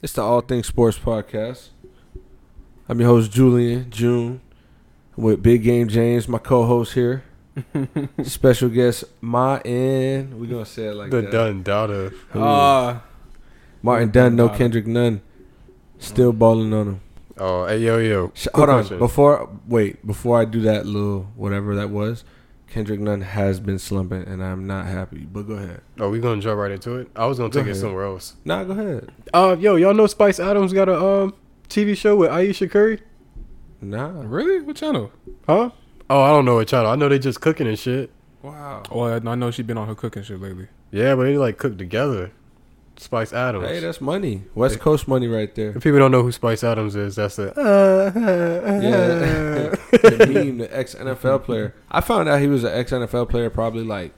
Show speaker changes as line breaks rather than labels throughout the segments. It's the All Things Sports Podcast. I'm your host, Julian June, with Big Game James, my co host here. Special guest, Martin. We're going to say it like
the
that.
done daughter.
Ooh.
Uh,
Martin Dunn, no Kendrick Nunn. Still balling on him.
Oh, hey yo yo.
Sh-
Quick
Hold on.
question.
Before wait, before I do that little whatever that was, Kendrick Nunn has been slumping, and I'm not happy. But go ahead.
Oh, we gonna jump right into it. I was gonna
Go
take it
ahead.
somewhere else.
Nah, go ahead.
Uh, yo, y'all know Spice Adams got a um TV show with Aisha Curry,
Nah.
really? What channel?
huh? Oh, I don't know what channel. I know they just cooking and shit.
Wow.
Oh, I I know she's been on her cooking shit lately.
Yeah, but they like cook together. Spice Adams.
Hey, that's money. West Coast money right there.
if people don't know who Spice Adams is, that's it. Uh,
Yeah. the meme, the ex NFL player. I found out he was an ex NFL player probably like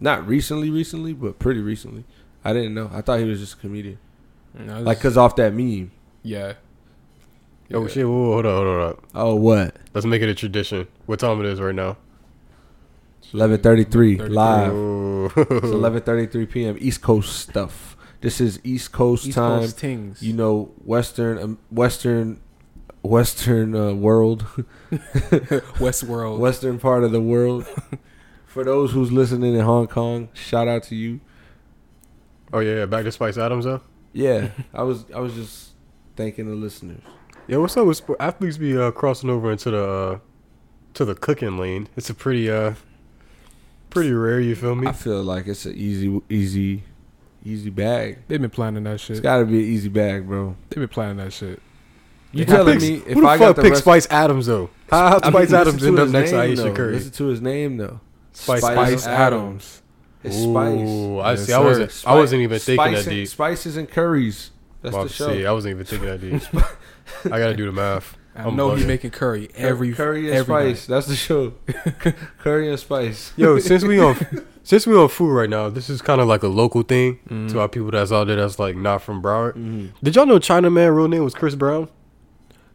not recently, recently, but pretty recently. I didn't know. I thought he was just a comedian.
Yeah,
Like, cause off that meme.
yeah.
oh shit! Whoa, whoa, hold on, hold on, hold on.
Oh, what? Let's
Let's make it a tradition. What time it is right now?
Eleven thirty-three
11:33.
live.
Ooh.
It's eleven thirty-three p.m. East Coast stuff. This is East Coast
East
time.
Coast Tings.
You know, Western, um, Western, Western uh, world,
Westworld.
Western part of the world. For those who's listening in Hong Kong, shout out to you.
oh yeah, yeah, back to Spice Adams though.
Yeah, I was, I was just thanking the listeners.
Yeah, what's up with sport? athletes be uh, crossing over into the uh, to the cooking lane? It's a pretty uh pretty rare. You feel me?
I feel like it's an easy, easy, easy bag.
They've been planning that
It's
shit.
got to be an easy bag, bro.
They've been planning that shit.
You
Who
telling
picks-
me if
who the
I got
fuck
the
picked
rest-
Spice Adams though? How how
I mean,
Spice
listen
Adams
to
end up
his
next to
name,
Aisha
though.
Curry?
Listen to his name though.
Spice
Spice Adams.
It's
Ooh,
Spice.
I
Yes,
see. I wasn't. I wasn't
Spice-
even thinking
spice and-
that deep.
Spices and curries. That's
Well,
the show.
See, I wasn't even thinking that deep. I gotta do the math.
I
I'm
know he's
bugging.
making curry
Cur-
every
curry and
every
spice. That's the show. curry and spice.
Yo, since we on since we on food right now, this is kind of like a local thing
Mm.
to our people that's out there that's like not from Broward.
Mm-hmm.
Did y'all know China Man real name was Chris Brown?
night.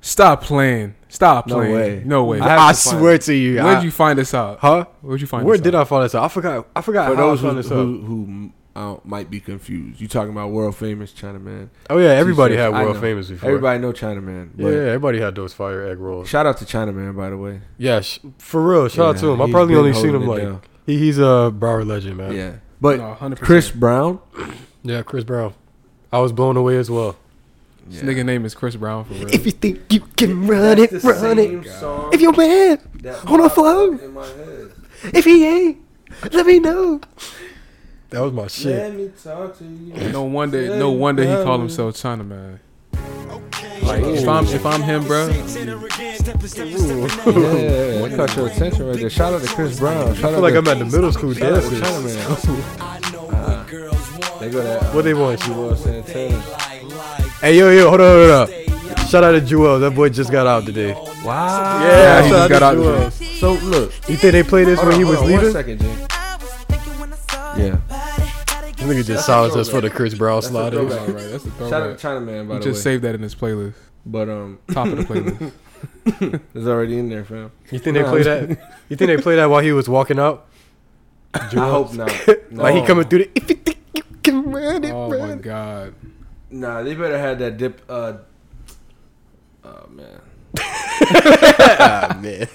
Stop playing. Stop
No
playing.
way.
No way.
I have to find it.
to you,
Where
I-
did you find this out?
huh?
Where'd you find
Where
this
did
out?
I find this out? I forgot. I forgot
For
how
those
I
who
found this out.
who, who uh, might be confused, you talking about world famous Chinaman?
Oh yeah, everybody had
T-shirts. I
world
know.
famous before.
Everybody know Chinaman.
Yeah,
But
everybody had those fire egg rolls.
Shout out to Chinaman, by the way.
Yeah, sh- for real. Shout out to
Yeah,
him. I
he's
probably
been
only seen
holding
him
it
like
down.
he, he's a Broward legend, man.
yeah. But
No, 100%.
Chris Brown,
yeah, Chris Brown. I was blown away as well.
This nigga name is Chris Brown for real.
you think you can
That's the same song
you win,
that
hold on,
popped
flow.
up in my head.
if he ain't, let me know. That was my shit.
Let me talk to you.
No wonder, no wonder he called himself China man. Like if I'm if I'm him, bro,
Yeah, that caught your attention right there. Shout out to Chris Brown. Shout
I
out
feel like
to
I'm at the middle school
shout out to
dances.
Chinaman. They go uh, that.
What they want?
You want Santana?
Hey yo yo, hold on, hold on. Shout out to Jewel. That boy just got out today.
Wow.
Yeah,
he
shout out
just got
to
out
Jewel.
So look,
You think they played this when he was
One
leaving?
second, Jay.
Yeah.
This nigga just silenced us for the Chris Brown
That's a
slaughter.
throwback.
Alright, that's a
Shout out
throwback.
to Chinaman, by
You
the
just
way.
saved that in his playlist,
But um,
top of the playlist.
it's already in there, fam.
You think they play that? You think they play that while he was walking out?
I hope not. No.
Like he coming through the. If you think you can run it,
oh my
run. it."
god,
Nah, they better had that dip. Uh, oh man,
Ah, man.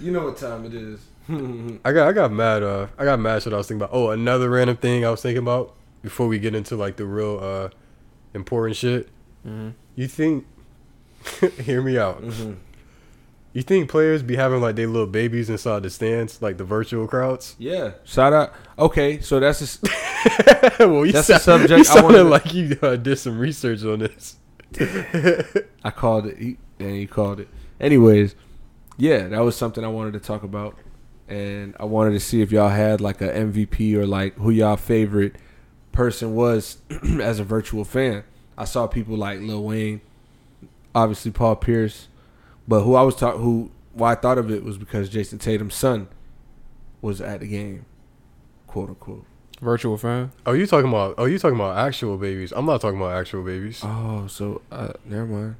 you know what time it is.
I got I got mad. Uh, I got mad. Shit, I was thinking about. Oh, another random thing I was thinking about before we get into like the real uh important shit.
Mm-hmm.
You think? hear me out. You think players be having like they little babies inside the stands, like the virtual crowds?
yeah. Shout out. Okay, so that's just
well, you
That's
sou-
the subject
You
I wanted to-
sounded like you uh, did some research on this.
I called it. He, and he called it. Anyways, yeah, that was something I wanted to talk about, and I wanted to see if y'all had like a MVP or like who y'all favorite person was as a virtual fan. I saw people like Lil Wayne, obviously Paul Pierce, but who I was talk who why I thought of it was because Jason Tatum's son was at the game, quote unquote.
virtual fan.
Oh, you talking about? Oh, you talking about actual babies? I'm not talking about actual babies.
Oh, so uh, never mind.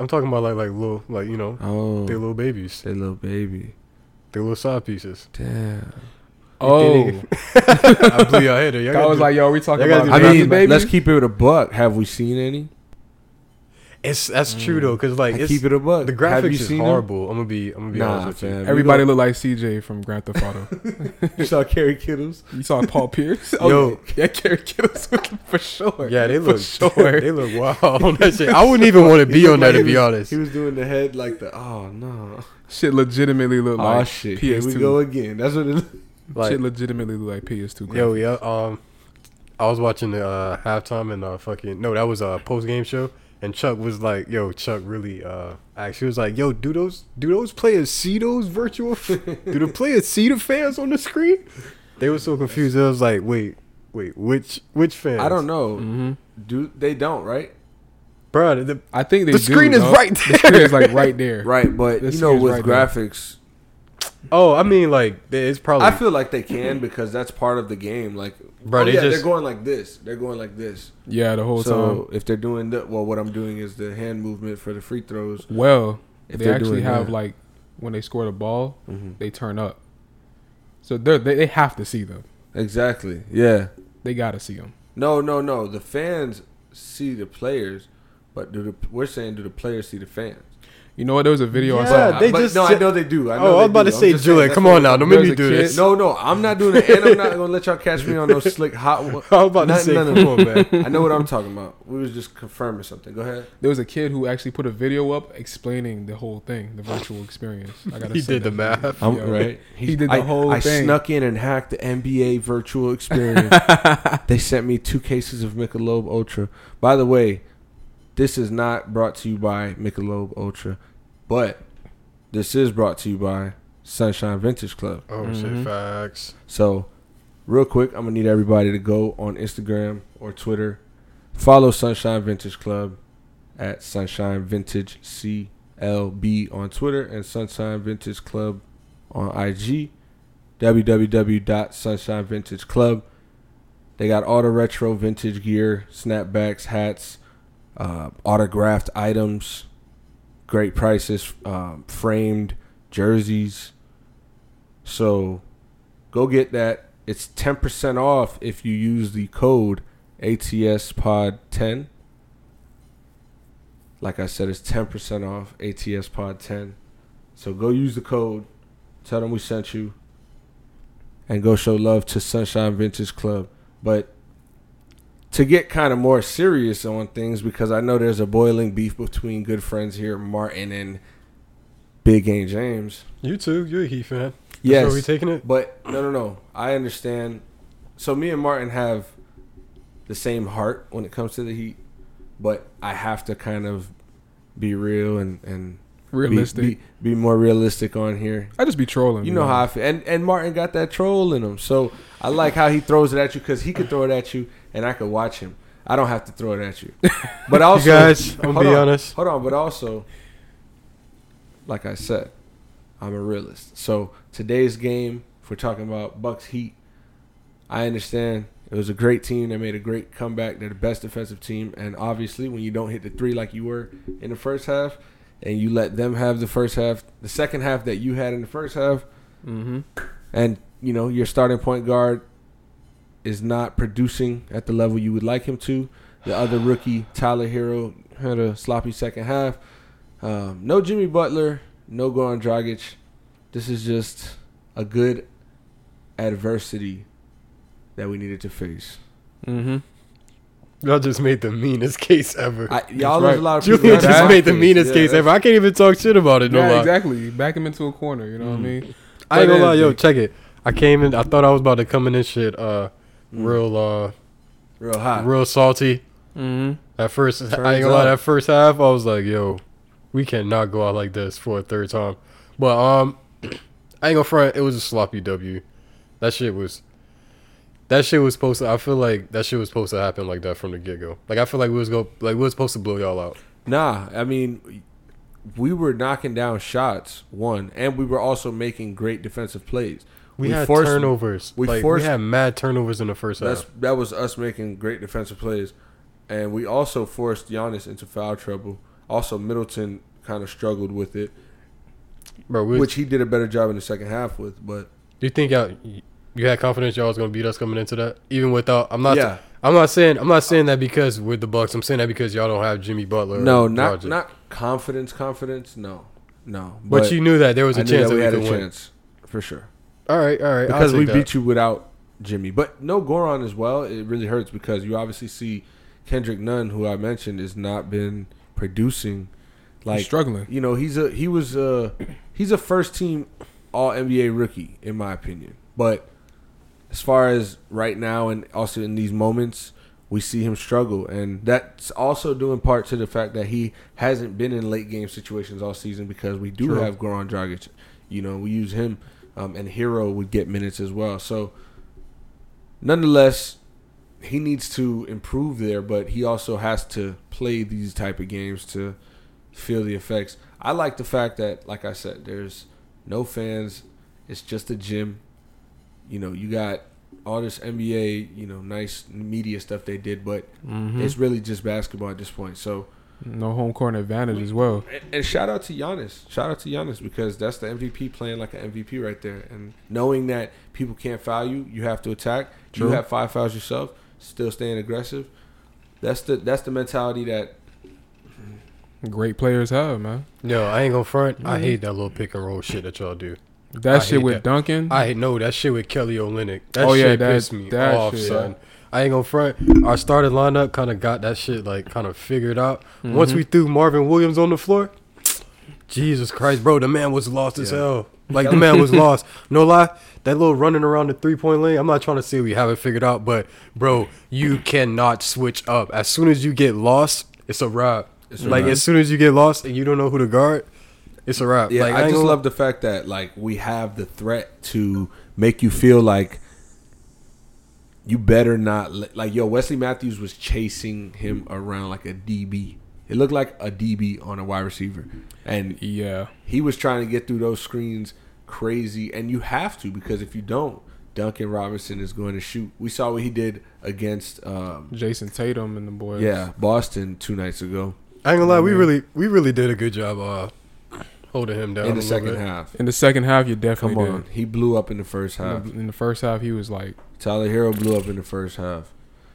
I'm talking about like like little like you know
Oh,
they
they
little babies,
little baby.
they little side pieces.
Damn.
Oh,
I blew your head. Y'all
I
gotta
was
do-
like, yo, we talking
Y'all gotta
about?
I
do
Beyonce,
mean,
baby?
let's keep it a buck. Have we seen any?
it's that's true though, because like
mm, I
it's,
keep it a buck.
the
Have you
graphics is
seen them?
horrible. I'm gonna be, I'm gonna be
Nah,
honest with
fam.
you.
Everybody look like CJ from Grand Theft Auto.
you saw Carrie Kittles.
you saw Paul Pierce?
Oh,
Yo.
yeah, Kerry Kittles with him for sure.
Yeah, they
For
look,
sure.
they look wild on that shit. I wouldn't even want to be on that to be honest.
He was doing the head like the oh no.
Shit legitimately look
Oh
like
shit. Here
PS2.
we go again. That's what it
Like,
shit legitimately look like PS2.
Yo,
graphics.
yeah. Um, I was watching the uh, halftime and uh, fucking no, that was a post game show, and Chuck was like, "Yo, Chuck really." Uh, actually, was like, "Yo, do those do those players see those virtual? f- do the players see the fans on the screen?" They were so confused. I was like, "Wait, wait, which which fans?"
I don't know.
Mhm.
Do they don't, right?
bro. The,
I think they
the
do,
screen is
dog.
right
The screen is like
there.
right there.
Right, but
This
you know
here's
with
right there.
graphics
oh, I mean, like they- it's probably.
I feel like they can because that's part of the game. Like
Bro,
oh,
they
yeah,
just-
they're going like this. They're going like this.
Yeah, the whole
so
time.
if they're doing that well what I'm doing is the hand movement for the free throws.
Well,
If
they
they're
actually
doing
have
that.
like when they score the ball, they turn up. So they're, they they have to see them.
Exactly. Yeah.
They gotta see them.
No, no, no. The fans see the players, but do the we're saying do the players see the fans?
You know what? There was a video I
Yeah,
saw.
they-
but,
just
no, I
said-
know they do. I know
oh,
they
I was about
do.
to
I'm
say,
just saying
Julian,
that's
come
what
on now,
I'm-
don't make
There's
me
a
do
kid-
this.
No, no, I'm not doing it, and I'm not gonna let y'all catch me on no slick hot. one.
I was about to
Nothing,
say,
none of
come on,
it.
man.
I know what I'm talking about. We was just confirming something. Go ahead.
There was a kid who actually put a video up explaining the whole thing, the virtual experience. I gotta
He
say
did the
that.
math.
I'm- Yo. right. He did the
I,
whole
I
thing.
snuck in and hacked the NBA virtual experience. they sent me two cases of Michelob Ultra. By the way, this is not brought to you by Michelob Ultra, but this is brought to you by Sunshine Vintage Club.
Oh
Mm-hmm.
shit, facts.
So, real quick, I'm gonna need everybody to go on Instagram or Twitter, follow Sunshine Vintage Club at Sunshine Vintage CLB on Twitter and Sunshine Vintage Club on IG. www.sunshinevintageclub. They got all the retro vintage gear, snapbacks, hats, uh, autographed items, great prices, um, framed jerseys. So go get that. It's 10% off if you use the code ATSPOD10. Like I said, it's 10% off ATSPOD10. So go use the code. Tell them we sent you. And go show love to Sunshine Vintage Club. But to get kind of more serious on things, because I know there's a boiling beef between good friends here, Martin and Big Game James.
You too. You're a Heat fan. That's
Yes.
where we taking it?
But no, no, no. I understand. So me and Martin have the same heart when it comes to the Heat, but I have to kind of be real and and be-
Realistic.
Be, be, more realistic on here.
I just be trolling.
You know how I feel. And and Martin got that troll in him, so I like how he throws it at you because he could throw it at you and I could watch him. I don't have to throw it at you. But also,
you guys, I'm
hold
gonna be
on.
honest.
Hold on, but also, like I said, I'm a realist. So today's game, if we're talking about Bucks Heat, I understand it was a great team. They made a great comeback. They're the best defensive team, and obviously, when you don't hit the three like you were in the first half, and you let them have the first half, the second half that you had in the first half,
Mm-hmm.
and you know your starting point guard is not producing at the level you would like him to. The other rookie Tyler Hero had a sloppy second half. Um, no Jimmy Butler, no Goran Dragic. This is just a good adversity that we needed to face.
Mm-hmm.
Y'all just made the meanest case ever.
I, y'all
right.
there's a lot of people
Julian
that
just
like
made the
this.
meanest
Yeah,
case
that's-
ever. I can't even talk shit about it no
Yeah,
more.
exactly. Back him into a corner. You know
Mm.
what I mean?
I ain't
But
gonna lie,
it-
yo, check it. I came in. I thought I was about to come in this shit, uh,
Mm.
real, uh,
Real hot.
real salty.
Mm-hmm.
At first, I ain't
Turns
gonna lie.
out.
That first half, I was like, yo, we cannot go out like this for a third time. But um, I ain't gonna front. It was a sloppy W. That shit was. That shit was supposed to. I feel like that shit was supposed to happen like that from the get go. Like I feel like we was go like we was supposed to blow y'all out.
Nah, I mean, we were knocking down shots, one, and we were also making great defensive plays.
We, had
forced-
turnovers.
we
We like,
forced-
we had mad turnovers in the first half.
That's that was us making great defensive plays, and we also forced Giannis into foul trouble. Also, Middleton kind of struggled with it,
Bro, we
which he did a better job in the second half with. But
do you think y'all you had confidence y'all was gonna beat us coming into that, even without. I'm not.
Yeah.
I'm not saying. I'm not saying that because we're the Bucks. I'm saying that because y'all don't have Jimmy Butler. or
No, not
Doncic.
not confidence, confidence. No, no.
But, you knew that there was a
I knew
chance
that we had a
could win.
chance for sure
All right, all right.
because we beat you without Jimmy. But no Goron as well. It really hurts because you obviously see Kendrick Nunn, who I mentioned, has not been producing. Like
struggling.
You know, he's a he was a he's a first team All NBA rookie in my opinion. But as far as right now and also in these moments, we see him struggle, and that's also due in part to the fact that he hasn't been in late game situations all season because we do
True.
have Goran Dragic. You know, we use him, um, and Hero would get minutes as well. So, nonetheless, he needs to improve there, but he also has to play these type of games to feel the effects. I like the fact that, like I said, there's no fans. It's just a gym. You know, you got all this NBA, you know, nice media stuff they did, but
hmm
it's really just basketball at this point. So,
No home court advantage as well.
and, and shout out to Giannis. Shout out to Giannis because that's the MVP playing like an MVP right there. And knowing that people can't foul you, you have to attack.
True.
You have five fouls yourself, still staying aggressive. That's the that's the mentality that
Great players have, man.
No, I ain't gonna front.
Mm-hmm.
I hate that little pick and roll shit that y'all do.
That
I
shit
hate
with
that.
Duncan.
I know that shit with Kelly Olynyk. That
Mm-hmm. Oh, yeah,
shit
that-
pissed me
that
off,
shit,
son.
yeah.
I ain't gonna front. Our starting lineup kind of got that shit like kind of figured out.
Mm-hmm.
Once we threw Marvin Williams on the floor, Jesus Christ, bro, the man was lost as
Yeah.
hell. Like the man was lost. No lie, that little running around the three point lane. I'm not trying to say we haven't figured out, but bro, you cannot switch up. As soon as you get lost, it's a wrap.
It's a
like
wrap.
as soon as you get lost and you don't know who to guard, it's a wrap.
Yeah,
like
I,
ain't
just
gonna-
love the fact that like we have the threat to make you feel like you better not let- like yo Wesley Matthews was chasing him around like a DB. It looked like a DB on a wide receiver, and
yeah.
he was trying to get through those screens crazy. And you have to because if you don't, Duncan Robinson is going to shoot. We saw what he did against um,
Jason Tatum and the boys.
yeah Boston two nights ago
I ain't gonna lie, we really we really did a good job uh holding him down
in
a
the
little
second
bit.
half.
In the second half, you definitely
Come
Come
on, he blew up in the first half.
In the, in the first half, he was like,
Tyler Hero blew up in the first half.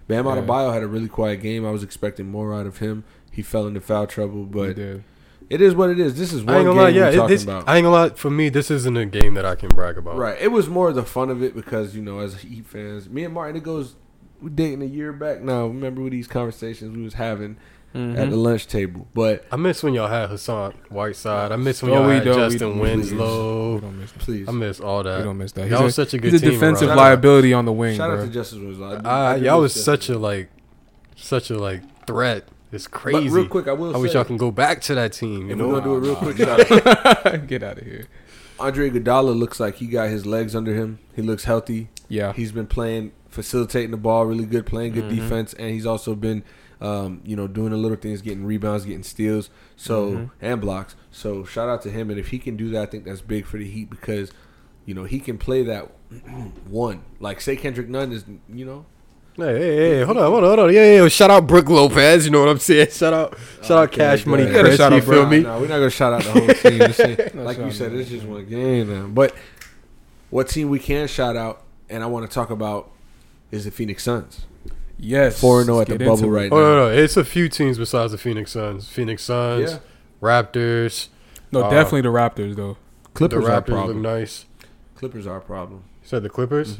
Bam
Yeah.
Adebayo had a really quiet game. I was expecting more out of him. He fell into foul trouble,
he
but
did.
it is what it is. This is
I
one
ain't
game
gonna lie, yeah,
we're
it,
talking
this,
about.
I ain't gonna lie. For me, this isn't a game that I can brag about.
right. It was more the fun of it because you know, as Heat fans, me and Martin, it goes we dating a year back now. Remember these conversations we was having
Mm-hmm.
at the lunch table, but.
I miss when y'all had Hassan Whiteside. I miss when
Oh,
y'all
we
had
don't- we
Justin
don't- We
Winslow.
don't miss that.
Please,
I miss all
We
that.
don't miss that.
Y'all was
He's a,
such a good
he's a
team.
defensive
around.
Shout out-
liability on the wing,
shout out
bro.
to Justice Winslow. do-
I,
do
y'all
miss
was
Justice.
such a like, such a like threat. It's crazy.
But real quick, I will
I wish
say,
y'all can go back to that team. You
if
know,
we're gonna do it real
Nah,
quick,
nah.
shout out
Get out of here.
Andre Iguodala looks like he got his legs under him. He looks healthy.
Yeah.
He's been playing, facilitating the ball really good, playing good defense, and he's also been, um, you know, doing the little things, getting rebounds, getting steals, so and blocks. So shout out to him, and if he can do that, I think that's big for the Heat because, you know, he can play that one. Like say Kendrick Nunn is, you know,
Hey, hey, hey, hold on, hold on, hold on. Yeah, yeah, yeah. Shout out Brooke Lopez. You know what I'm saying? Shout out, shout out
Oh, Okay,
Cash Money
good.
gotta
Chris.
shout
You
out
feel
Brooke.
me?
No, we're not gonna shout out the whole team. This ain't-
No
like you
shout
said,
out.
it's just one game, man. But what team we can shout out, and I want to talk about, is the Phoenix Suns.
Yes.
4 0 at
Let's
the
get
bubble
into it.
right now.
Oh no, no, it's a few teams besides the Phoenix Suns. Phoenix Suns,
Yeah.
Raptors.
No,
Uh,
definitely the Raptors though.
Clippers
the
are a
Raptors look
problem.
nice.
Clippers are a problem.
You said the Clippers.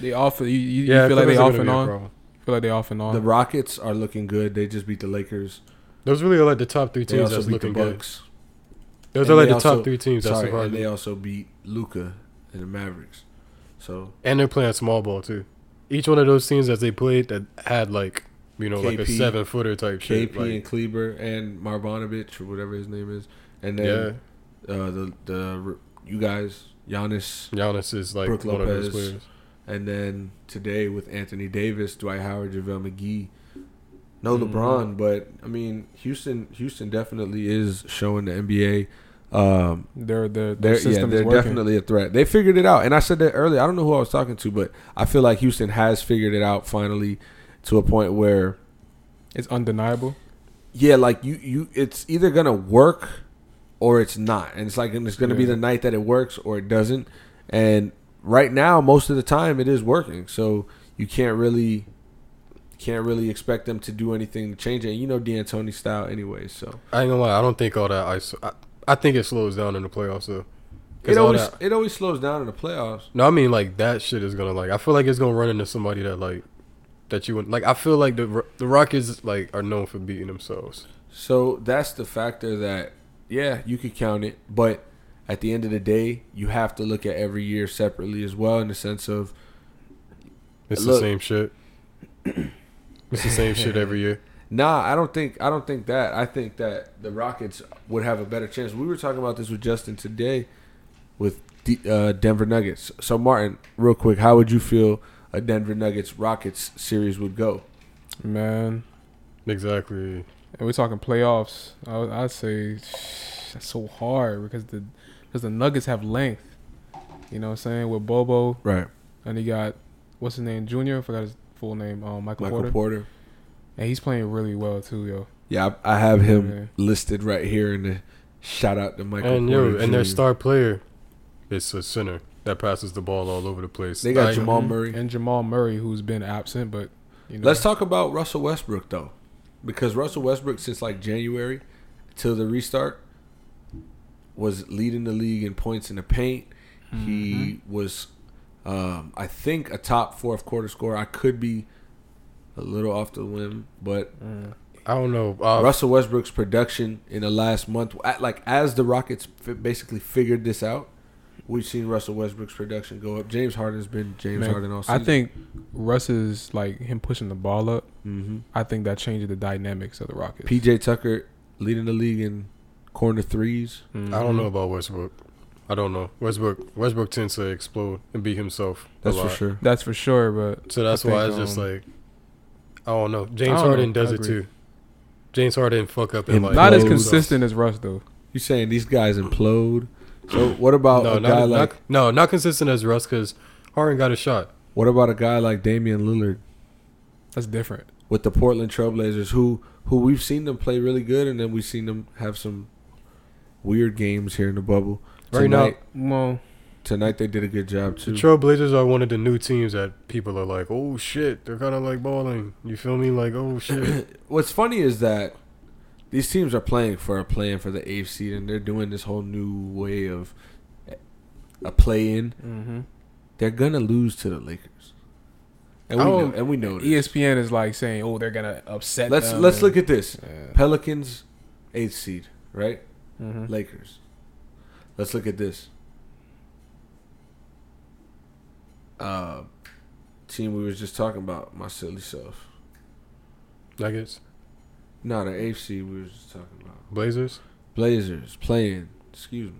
They off. You, you, you feel
Clippers
like they
are
off
gonna
and
be a
on.
problem.
Feel like they off and on.
The Rockets are looking good. They just beat the Lakers.
Those really are like the top three
They
teams
also
that's
beat the
looking good.
Bucks.
Those
And
are like
they
the
also-
top three teams that's
Sorry, and
surviving.
they also beat Luca and the Mavericks. So
And they're playing small ball too. Each one of those teams that they played that had like you know like a
KP,
seven footer type shit.
KP
like-
and Kleber and Marvanovich or whatever his name is, and
yeah,
then uh, the the you guys Giannis,
Giannis is like
Brook
one of those
Lopez.
players.
and then today with Anthony Davis, Dwight Howard, JaVale McGee. No
Mm-hmm.
LeBron, but I mean Houston. Houston definitely is showing the NBA. Um,
their their, their
They're, yeah,
system
they're
is working.
definitely a threat. They figured it out, and I said that earlier. I don't know who I was talking to, but I feel like Houston has figured it out finally to a point where,
It's undeniable.
yeah, like you, you, it's either gonna work or it's not, and it's like and it's gonna be
Yeah.
the night that it works or it doesn't. And right now, most of the time, it is working. So you can't really can't really expect them to do anything to change it. And you know D'Antoni style anyway, so
I ain't gonna lie. I don't think all that ice. I, I think it slows down in the playoffs though. 'Cause
it
all
always
that-
it always slows down in the playoffs.
no, I mean like that shit is gonna like. I feel like it's gonna run into somebody that like that you would like. I feel like the Ro- the Rockets like are known for beating themselves.
So that's the factor that yeah, you could count it, but at the end of the day, you have to look at every year separately as well in the sense of
It's
Look.
the same shit. It's the same shit every year.
Nah, I don't think I don't think that. I think that the Rockets would have a better chance. We were talking about this with Justin today, with D, uh, Denver Nuggets. So Martin, real quick, how would you feel a Denver Nuggets Rockets series would go?
man.
Exactly.
And we're talking playoffs. I, I'd say shh, that's so hard because the because the Nuggets have length. You know what I'm saying? With Bobo
Right,
and he got what's his name? Junior. I forgot his full name. Um, Michael,
Michael
Porter.
Porter.
And he's playing really well too, yo.
Yeah, I, I have him
Yeah.
listed right here in the shout out to Michael
and
Porter.
yo, and their
Jr..
star player is a center that passes the ball all over the place.
They got
Like,
Jamal Murray.
Mm-hmm. and Jamal Murray, who's been absent, but you know,
Let's talk about Russell Westbrook though, because Russell Westbrook since like January till the restart was leading the league in points in the paint. He
Mm-hmm.
was, um, I think, a top fourth quarter scorer. I could be a little off the limb, but
Mm-hmm.
I don't know. Uh,
Russell Westbrook's production in the last month, at, like as the Rockets fi- basically figured this out, we've seen Russell Westbrook's production go up. James Harden's been James
man,
Harden all
I
season.
think Russ is like him pushing the ball up.
hmm
I think that changes the dynamics of the Rockets.
PJ Tucker leading the league in corner threes.
I don't know about Westbrook. I don't know. Westbrook Westbrook tends to explode and be himself. a
That's for
lot.
sure.
That's for sure, but
So that's
I
why
think,
it's just
um,
like I don't know. James
I don't
Harden
know. I
does it
agree.
too. James Harden fuck up and
Him
like
not as
Those-
consistent as Russ though.
You saying these guys implode? So what about
No,
a
not,
guy
not-
like
no, not consistent as Russ because Harden got a shot.
what about a guy like Damian Lillard
That's different.
with the Portland Trailblazers, who who we've seen them play really good, and then we've seen them have some weird games here in the bubble.
Right
tonight,
Well,
tonight they did a good job too.
The Trailblazers are one of the new teams that people are like, oh shit, they're kind of like balling. You feel me? Like, oh shit.
What's funny is that these teams are playing for a plan for the eighth seed, and they're doing this whole new way of a play-in.
mm-hmm.
They're gonna lose to the Lakers, and we
Oh,
know, and we know this.
ESPN is like saying, "Oh, they're gonna upset."
Let's
them
let's
and-
look at this.
Yeah.
Pelicans, eighth seed, right?
Mhm.
Lakers. Let's look at this. Uh, team we was just talking about, my silly self.
Nuggets,
No, the eighth seed we was just talking about.
Blazers.
Blazers playing. Excuse me.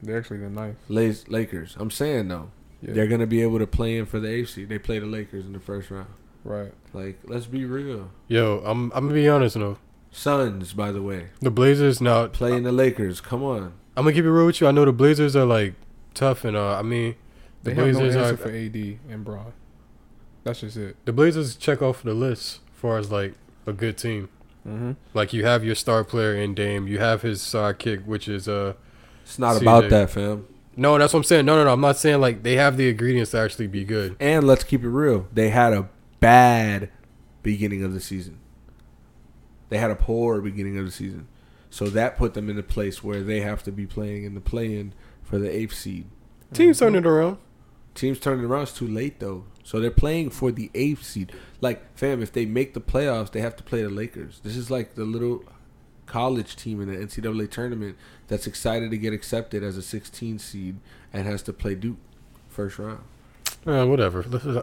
They're actually the ninth.
Laz- Lakers. I'm saying though,
Yeah.
they're gonna be able to play in for the eighth seed. They play the Lakers in the first round.
Right.
Like, let's be real.
Yo, I'm I'm gonna be honest though.
Suns, by the way,
The Blazers now
playing the Lakers. Come on.
I'm gonna keep it real with you. I know the Blazers are like tough, and uh, I mean,
They
the
have no
Blazers
answer
are
for AD and Braun. That's just it.
the Blazers check off the list as far as like a good team.
Mm-hmm.
Like you have your star player in Dame, you have his sidekick, which is uh
It's not
CJ.
about that, fam.
no, that's what I'm saying. No, no, no, I'm not saying like they have the ingredients to actually be good.
And let's keep it real. They had a bad beginning of the season. They had a poor beginning of the season. So that put them in a place where they have to be playing in the play in for the eighth seed.
Teams turn it around.
Teams turning around is too late though. So they're playing for the eighth seed. Like, fam, if they make the playoffs, they have to play the Lakers. This is like the little college team in the NCAA tournament that's excited to get accepted as a 16 seed and has to play Duke first round.
Uh, whatever. This is-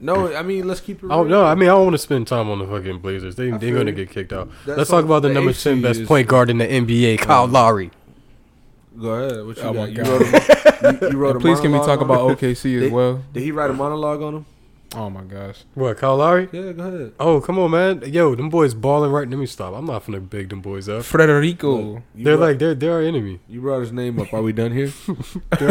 No, I mean let's keep it.
Oh
real.
no, I mean I don't want to spend time on the fucking Blazers. They
I
they're
feel
gonna
you.
get kicked out.
That's
Let's talk
all-
about the
the
number
AC
ten best
is-
point guard in the NBA, Kyle Lowry.
Go ahead. What you
Oh,
got?
my
You
God.
wrote a, mo- you, you wrote a
Please, can we
monologue
talk
on
about
him?
OKC as
They-
well?
Did he write a monologue on him?
Oh my gosh.
What, Kyle Lowry?
Yeah, go ahead.
Oh, come on, man. Yo, them boys balling right. Let me stop. I'm not finna big them boys up.
Frederico.
You
they're
brought-
like they're they're our enemy.
you brought his name up. Are we done here?
They're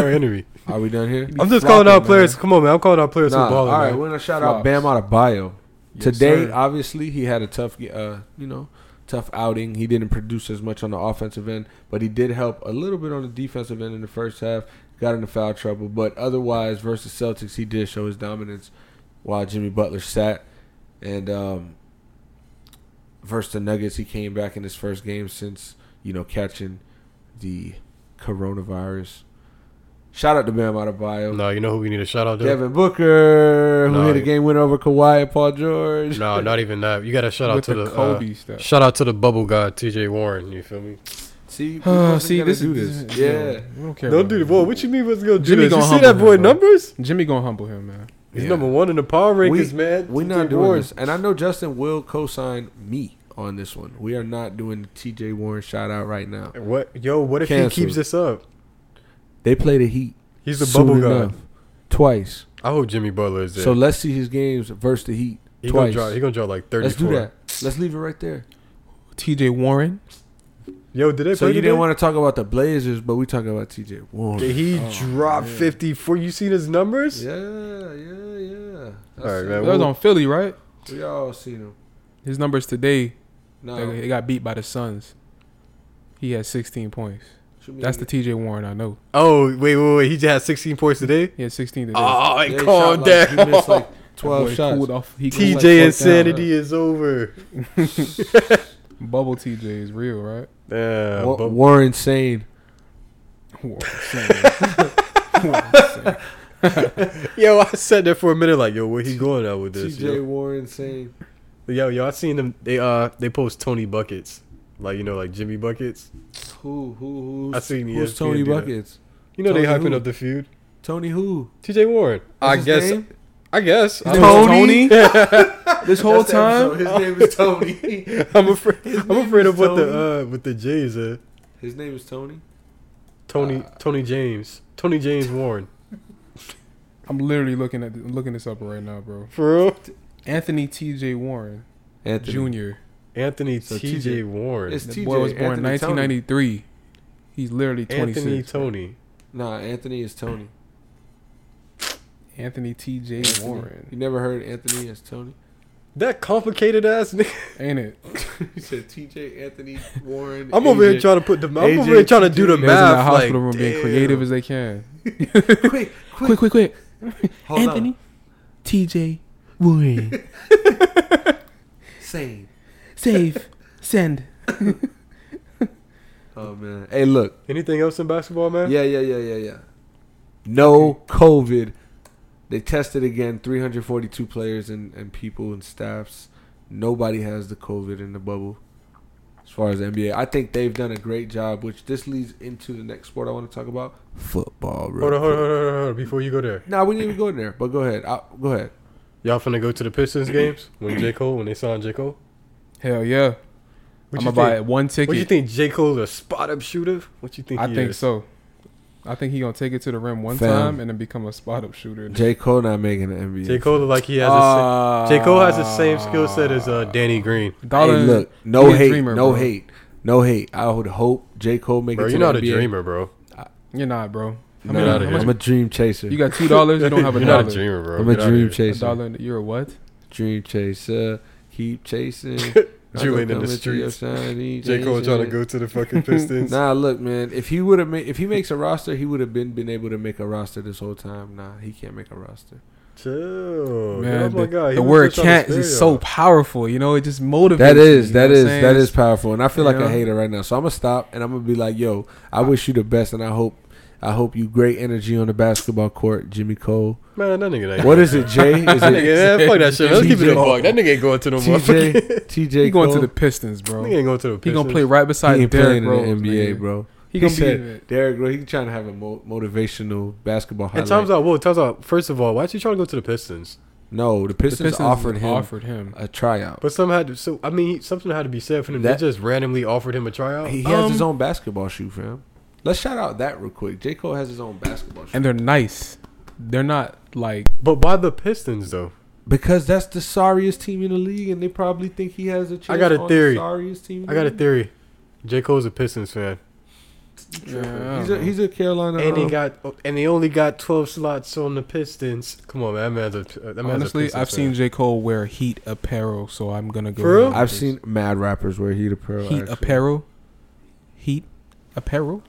our enemy.
Are we done here?
I'm just
flopping,
calling out
man.
players. Come on, man. I'm calling out players
Nah,
who balling.
all right,
man.
we're gonna shout out Bam
Flops.
Adebayo.
Yes,
Today,
sir.
obviously, he had a tough, ge- uh, you know, tough outing. He didn't produce as much on the offensive end, but he did help a little bit on the defensive end in the first half. got into foul trouble. But otherwise, versus Celtics, he did show his dominance while Jimmy Butler sat. And um, versus the Nuggets, he came back in his first game since you know catching the coronavirus. Shout out to Bam Adebayo,
No, you know who we need a shout out to?
Devin Booker, who
No,
hit a
he-
game winner over Kawhi and Paul George.
No, not even that. You got to shout out
with
to
the,
the, uh,
Kobe stuff.
shout out to the bubble guy T.J. Warren. You feel me?
See, we
Oh,
wasn't
see,
gonna
this
do
is
this.
yeah.
Yeah,
We don't care.
Don't
about
do
him.
that. Whoa, what you mean? What's going to do
Jimmy
this? You
gonna
see
humble
that boy
him, bro.
numbers?
Jimmy gonna humble him, man.
He's
Yeah.
number one in the power rankings, man.
We're
T.J.
not doing
Warren.
this. And I know Justin will co sign me on this one. We are not doing the TJ Warren shout out right now.
What? Yo, what if
Cancel.
he keeps this up?
They play the Heat.
He's the
soon
bubble guy.
enough, Twice.
I hope Jimmy Butler is there.
So let's see his games versus the Heat.
he
twice.
Gonna draw, he gonna draw like 34.
Let's do that. Let's leave it right there.
T.J. Warren.
Yo, did they
So
play
you
today?
didn't want to talk about the Blazers, but we talking about TJ Warren.
Did he
Oh,
drop
man.
54? You seen his numbers?
Yeah, yeah, yeah.
All right, man.
That was
Well-
on Philly, right?
We all seen him.
His numbers today. They,
No,
they got beat by the Suns. He had 16 points.
shoot me
That's the
again.
T.J. Warren I know.
Oh, wait, wait, wait. He just had 16 points today?
He had 16 today.
Oh,
Yeah,
and
he
calm
shot like-
down.
He missed like
That
Ah, twelve
boy
shots.
cooled Off. He cooled
TJ
like fuck
insanity is over.
down. Bubble T.J. is real, right?
Damn,
Wa-
but
Warren Sane.
Warren Sapp. Warren Sapp.
yo, I sat there for a minute, like, yo, where he going out with this?
TJ
Yo,
Warren Sane.
yo, yo, I seen them. They uh, they post Tony buckets, like you know, like Jimmy buckets.
Who who who's,
I seen
who's
ESPN
Tony
do that.
Buckets?
You know, they
Tony
hyping
who?
up the feud.
Tony who?
TJ Warren.
What's
I
his
guess.
name?
I guess.
His
I'm,
Tony. this whole
That's the episode.
time.
His name is Tony.
I'm afraid. I'm
name
afraid
is
of what
Tony.
the uh, with the J's. Uh,
His name is Tony.
Tony.
Uh,
Tony James. Tony James Warren.
I'm literally looking at looking this up right now, bro.
For real.
Anthony T.J. Warren
Anthony.
Jr.
Anthony
So
T.J.
TJ
Warren.
It's-
The
TJ,
boy was born in
Anthony Tony.
1993. He's literally 26.
Anthony
Anthony,
Tony.
Nah, Anthony is Tony.
T.J.
Anthony. You
Warren.
never heard Anthony as Tony?
That complicated ass nigga.
Ain't it?
you said TJ Anthony Warren.
I'm over here
AJ.
trying to put the. I'm
AJ,
over here trying to do the
They was in that
math. Like,
hospital room being
damn.
creative as they can.
Quick,
Quick, quick, quick.
hold
Anthony T.J. Warren.
on. Sane.
Save. Send.
Oh man. Hey, look.
Anything else in basketball, man?
Yeah, yeah, yeah, yeah, yeah. No COVID. They tested again 342 players and, and people and staffs. Nobody has the COVID in the bubble as far as the NBA. I think they've done a great job, which this leads into the next sport I want to talk about football. real
Hold on, hold
quick.
on, hold on, hold on, hold on. Before you go there,
Nah, we didn't even go in there, but go ahead. I, go ahead.
y'all finna go to the Pistons games when J Cole when they signed J Cole.
Hell yeah.
What
I'm
you
going to buy
think?
one
What you
ticket.
think? J Cole's a spot up shooter? What you think?
I
he
think
is?
so. I think he going to take it to the rim one
Fam.
time and then become a spot up shooter.
J. Cole not making the NBA.
J Cole look like he has. a
Ah.
sa- J Cole has the same skill set as uh, Danny Green.
Hey,
Dollar-
look, no
he a
hate,
dreamer,
no
bro.
hate, no hate. I would hope J. Cole make
Bro,
it to
you're not
the
a
NBA.
dreamer, bro.
You're not, bro.
No,
I mean,
outta
how
here.
much-
I'm a dream chaser.
You got two dollars. You don't have a
you're
dollar.
not a dreamer, bro.
I'm a
Get outta
dream
here.
A
chaser.
dollar. and- You're a what?
Dream chaser, keep chasing.
Drew ain't in the streets. J Cole trying to go to the fucking Pistons.
Nah, look, man. If he would have made, if he makes a roster, he would have been been able to make a roster this whole time. Nah, he can't make a roster.
Chill.
Man,
oh my
the,
God. he
the
was
word
just trying
"can't"
to
is
spare
so
y'all.
powerful. You know, it just motivates.
That is,
you,
that
you know
is,
what I'm
that
saying?
is powerful, and I feel like
Yeah.
a hater right now. So I'm gonna stop, and I'm gonna be like, "Yo, I wish you the best, and I hope, I hope you great energy on the basketball court, Jimmy Cole.
Man, that nigga ain't.
What is it, Jay? Is
That nigga,
it
yeah, fuck that shit. Let's keep it
TJ.
a buck. That nigga ain't going to no
TJ?
motherfucking.
TJ
He going to
Cole?
the Pistons, bro.
Nigga
He
ain't going to the Pistons.
gonna play right
he
beside
ain't playing
Derrick
in
Rose.
the NBA,
nigga.
bro.
He gonna
said,
be.
Derrick Rose. He trying to have a mo- motivational basketball highlight.
And times out, whoa, times out. First of all, why you trying to go to the Pistons?
no, the Pistons,
The Pistons
offered him
Offered him.
a tryout.
But some had to. So I mean, he- something had to be said for them.
That-
they just randomly offered him a tryout.
He, he has his
Um,
own basketball shoe, fam. Let's shout out that real quick. J Cole has his own basketball shoe
And they're nice. They're not like
But why the Pistons though?
because that's the sorriest team in the league, and they probably think he has a chance.
I got a
on
theory.
The sorriest team. in
I got
the
a theory. J Cole's a Pistons fan,
league.
Yeah, I
he's
don't
a
know.
he's a Carolina.
and he
um,
got and he only got twelve slots on the Pistons. Come on, man, that man's a. That man's a
honestly.
Pistons
I've seen
fan.
J Cole wear Heat apparel, so I'm gonna go.
For real?
with
I've
this.
seen mad rappers wehere heat apparel.
Heat
actually.
apparel. Heat apparel.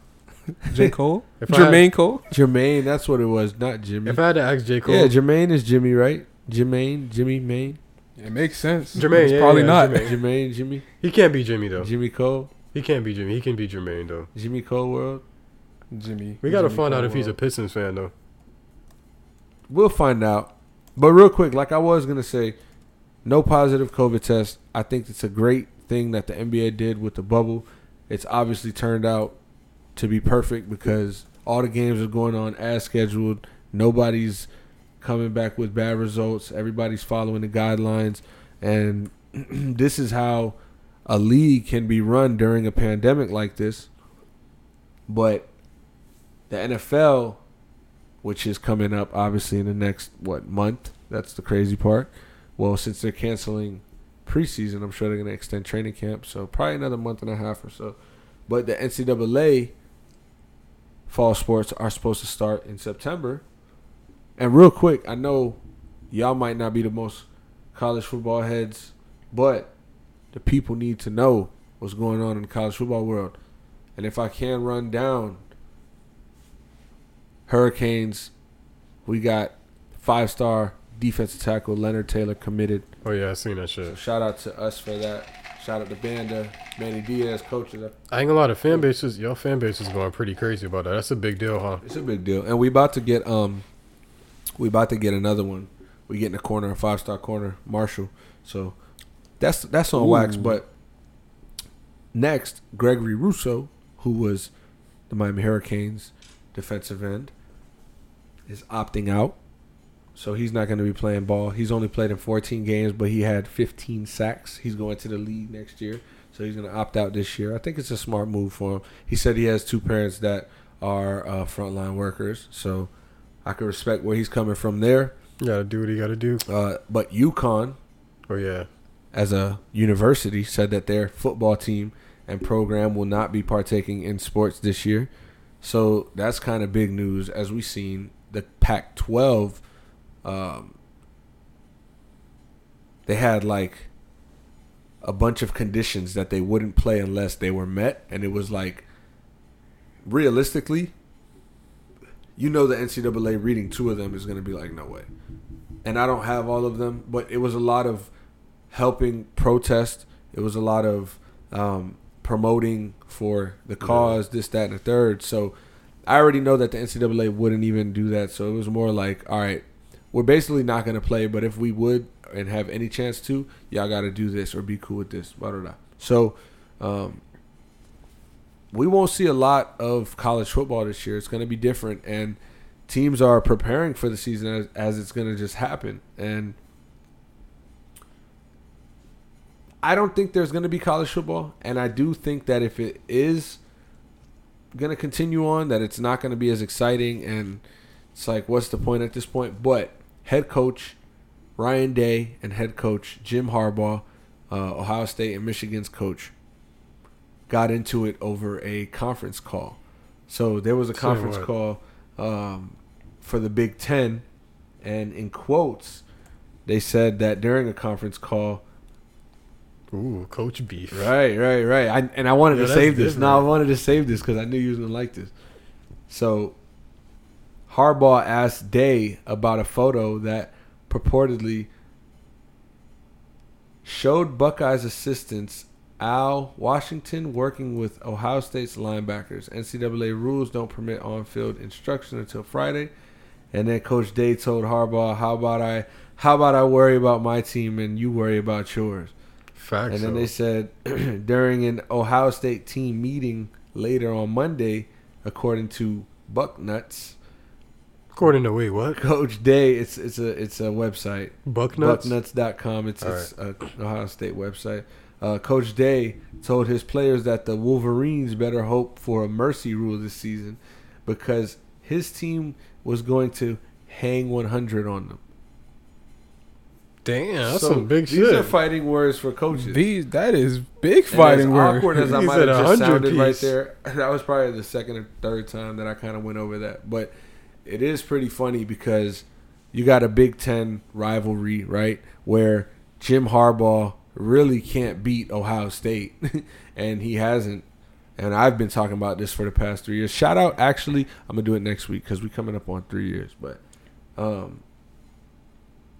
J. Cole?
If I had-
Jermaine Cole?
Jermaine, that's what it was, not Jimmy.
If I had to ask J. Cole,
Yeah, Jermaine is Jimmy, right? Jermaine, Jimmy, Maine,
It makes sense.
Jermaine,
It's
yeah,
probably
yeah,
not.
Jermaine.
Jermaine, Jimmy,
he can't be Jimmy though.
Jimmy Cole,
He can't be Jimmy. He can be Jermaine though.
Jimmy Cole World.
Jimmy.
We gotta
Jimmy
find out if
Caldwell.
he's a Pistons fan though.
We'll find out. But real quick, like I was gonna say, no positive COVID test. I think it's a great thing that the NBA did with the bubble. It's obviously turned out to be perfect because all the games are going on as scheduled. Nobody's coming back with bad results. Everybody's following the guidelines, and this is how a league can be run during a pandemic like this. But the NFL which is coming up obviously in the next what month. That's the crazy part. Well, since they're canceling preseason, I'm sure they're going to extend training camp, so probably another month and a half or so. But the NCAA fall sports are supposed to start in September. And real quick, I know y'all might not be the most college football heads, but the people need to know what's going on in the college football world. And if I can run down Hurricanes, we got five star defensive tackle Leonard Taylor committed.
Oh yeah, I seen that shit.
So shout out to us for that. Shout out to Banda, Manny Diaz, coaches.
I ain't gonna lie, the fan bases, y'all fan base is going pretty crazy about that. That's a big deal, huh?
It's a big deal, and we about to get um, we about to get another one. We get in the corner, a five star corner, Marshall. So that's that's on wax.
Ooh.
But next, Gregory Russo, who was the Miami Hurricanes defensive end, is opting out. So he's not going to be playing ball. He's only played in 14 games, but he had 15 sacks. He's going to the league next year. So he's going to opt out this year. I think it's a smart move for him. He said he has two parents that are uh, frontline workers. So I can respect where he's coming from there.
You gotta do what you gotta do.
Uh, but UConn,
Oh yeah,
as a university, said that their football team and program will not be partaking in sports this year. So that's kind of big news, as we've seen the Pac-12. Um, they had like a bunch of conditions that they wouldn't play unless they were met, and it was like realistically, you know, the NCAA reading two of them is going to be like, no way. And I don't have all of them, but it was a lot of helping protest. It was a lot of um, promoting for the cause, this, that, and the third. So I already know that the NCAA wouldn't even do that. So it was more like, all right, we're basically not going to play, but if we would and have any chance to, y'all got to do this or be cool with this. Blah, blah, blah. So um, we won't see a lot of college football this year. It's going to be different. And teams are preparing for the season as, as it's going to just happen. And I don't think there's going to be college football, and I do think that if it is going to continue on, that it's not going to be as exciting, and it's like, what's the point at this point? But head coach Ryan Day and head coach Jim Harbaugh, uh, Ohio State and Michigan's coach, got into it over a conference call. So there was a
Say
conference
what?
call um, for the Big Ten, and in quotes, they said that during a conference call.
ooh, Coach Beef.
Right, right, right. I, and I wanted
Yeah,
to
that's
save this. No, I
different.
wanted to save this because I knew you was gonna like this. So Harbaugh asked Day about a photo that purportedly showed Buckeyes assistants Al Washington working with Ohio State's linebackers. NCAA rules don't permit on-field instruction until Friday. And then Coach Day told Harbaugh, "How about I? How about I worry about my team and you worry about yours?"
Facts.
And then
though.
they said during an Ohio State team meeting later on Monday, according to Bucknuts,
according to wait what?
Coach Day, it's it's a it's a website.
Bucknuts.
Bucknuts.com. It's,
All
it's a Ohio State website. Uh, Coach Day told his players that the Wolverines better hope for a mercy rule this season because his team was going to hang 100 on them.
Damn, that's
So
some big
these are
shit.
fighting words for coaches.
These, that is big
And
fighting
as
word.
awkward as I
He
might have
said a
just
hundred
sounded right
piece.
there, that was probably the second or third time that I kind of went over that. But it is pretty funny because you got a Big Ten rivalry, right? Where Jim Harbaugh really can't beat Ohio State, and he hasn't. and I've been talking about this for the past three years. Shout out, actually, I'm gonna do it next week because we're coming up on three years. But um,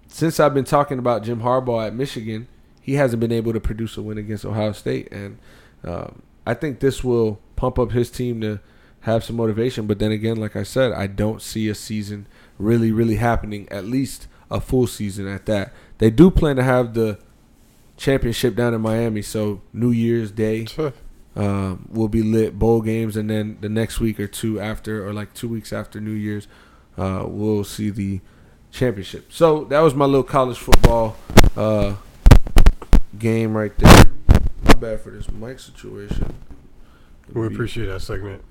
since I've been talking about Jim Harbaugh at Michigan, he hasn't been able to produce a win against Ohio State, and um, I think this will pump up his team to have some motivation. But then again, like I said, I don't see a season really, really happening. At least a full season at that. They do plan to have the championship down in Miami, so New Year's Day um, will be lit bowl games, and then the next week or two after, or like two weeks after New Year's, uh, we'll see the championship. So that was my little college football uh, game right there. My bad for this mic situation.
We appreciate that segment.